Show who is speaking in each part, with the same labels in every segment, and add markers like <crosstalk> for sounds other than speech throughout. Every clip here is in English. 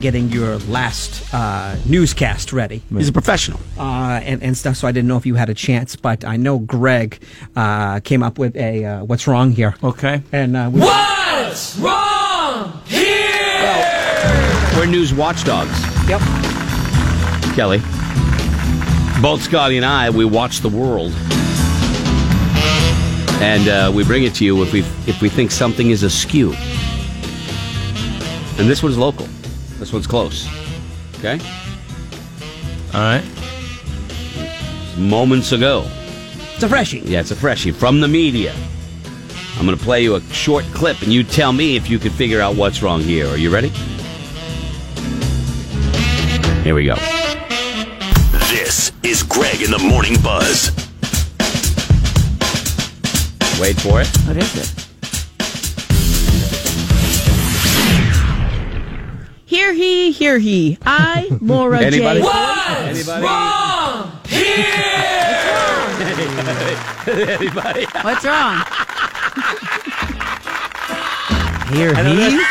Speaker 1: getting your last uh, newscast ready
Speaker 2: He's a professional.
Speaker 1: uh, and, and stuff. So I didn't know if you had a chance, but I know Greg uh, came up with a uh, what's wrong here.
Speaker 3: Okay.
Speaker 1: And uh, we,
Speaker 4: What's wrong here?
Speaker 2: We're news watchdogs,
Speaker 1: Yep.
Speaker 2: Kelly. Both Scotty and I, we watch the world, and uh, we bring it to you if we if we think something is askew. And this one's local. This one's close. Okay.
Speaker 3: All right.
Speaker 2: Moments ago,
Speaker 1: It's a freshie.
Speaker 2: Yeah, it's a freshie from the media. I'm going to play you a short clip, and you tell me if you can figure out what's wrong here. Are you ready? Here we go.
Speaker 5: This is Greg in the Morning Buzz.
Speaker 2: Wait for it.
Speaker 6: What is it? Hear he, hear he. I, Laura
Speaker 2: Anybody?
Speaker 6: J.
Speaker 4: What's
Speaker 2: Anybody?
Speaker 4: wrong here?
Speaker 2: <laughs> Anybody?
Speaker 6: What's wrong?
Speaker 1: Here he.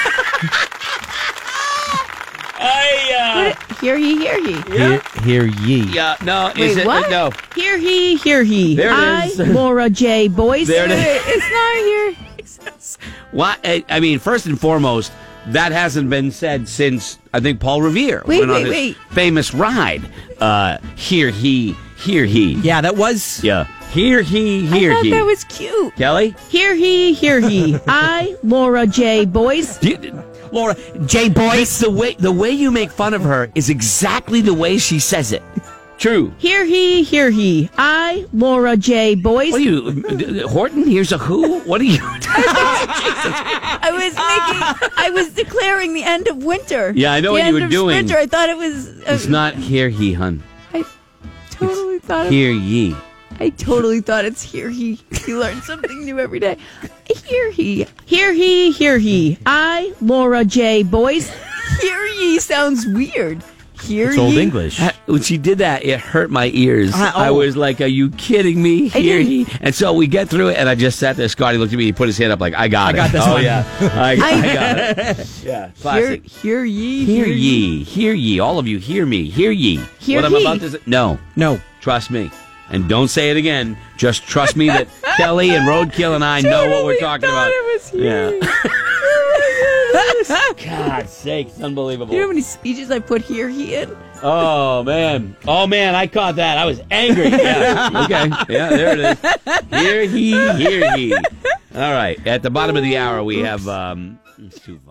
Speaker 2: I,
Speaker 6: Hear he, hear he.
Speaker 3: Hear, hear ye.
Speaker 2: yeah, no.
Speaker 6: Wait,
Speaker 2: is it?
Speaker 6: what?
Speaker 2: No.
Speaker 6: Hear he, hear he.
Speaker 2: There it
Speaker 6: I,
Speaker 2: is. <laughs>
Speaker 6: Laura J. Boyce.
Speaker 2: There it is.
Speaker 6: It's not here.
Speaker 2: Why? I I mean, first and foremost, that hasn't been said since I think Paul Revere
Speaker 6: Wait,
Speaker 2: went on
Speaker 6: wait,
Speaker 2: his
Speaker 6: wait.
Speaker 2: famous ride. Uh, here he, here he.
Speaker 1: Yeah, that was.
Speaker 2: Yeah. Here he, here
Speaker 6: I thought
Speaker 2: he.
Speaker 6: that was cute.
Speaker 2: Kelly.
Speaker 6: Hear he, hear he. I, Laura J. Boyce.
Speaker 2: Do you,
Speaker 1: Laura J. Boyce.
Speaker 3: It's the way the way you make fun of her is exactly the way she says it.
Speaker 2: true.
Speaker 6: Hear he, hear he. I, Laura J. Boyce.
Speaker 2: What are you, d- Horton? Here's a who? What are
Speaker 6: <laughs>
Speaker 2: you?
Speaker 6: I was making, I was declaring the end of winter.
Speaker 2: Yeah, I know what
Speaker 6: the
Speaker 2: you
Speaker 6: end
Speaker 2: were
Speaker 6: of
Speaker 2: doing.
Speaker 6: Winter. I thought it was. Uh,
Speaker 2: it's not here, he, hun.
Speaker 6: I totally thought. It,
Speaker 2: Here, ye.
Speaker 6: I totally thought it's here. He. He learned something new every day. Here he. Here he. Here he. I, Laura J. Boyce. Here he sounds weird. Here
Speaker 3: It's
Speaker 6: ye.
Speaker 3: old English.
Speaker 2: When she did that, it hurt my ears.
Speaker 1: Uh, oh.
Speaker 2: I was like, "Are you kidding me?"
Speaker 6: I
Speaker 2: Here, he.
Speaker 6: didn't-
Speaker 2: And so we get through it, and I just sat there. Scotty looked at me. He put his hand up, like, "I got
Speaker 1: I
Speaker 2: it."
Speaker 1: got this
Speaker 2: oh
Speaker 1: one.
Speaker 2: yeah, I, I
Speaker 6: I-
Speaker 2: got it. Yeah,
Speaker 6: Here,
Speaker 2: classic.
Speaker 6: here ye.
Speaker 2: Hear, ye, hear ye, all of you, hear me, hear ye.
Speaker 6: Hear
Speaker 2: what I'm
Speaker 6: he.
Speaker 2: about to say, no,
Speaker 1: No.
Speaker 2: trust me, and don't say it again. Just trust me that Kelly and Roadkill and I know what we're talking
Speaker 6: Totally thought
Speaker 2: about.
Speaker 6: It was here.
Speaker 2: Yeah.
Speaker 6: Yeah.
Speaker 2: God's sake, it's unbelievable.
Speaker 6: <laughs> you know how many speeches I put here he in?
Speaker 2: Oh man! Oh man! I caught that. I was angry. <laughs> Yeah. okay. Yeah. There it is. Here he. Here he. All right. At the bottom of the hour, we have. Um, it's too violent.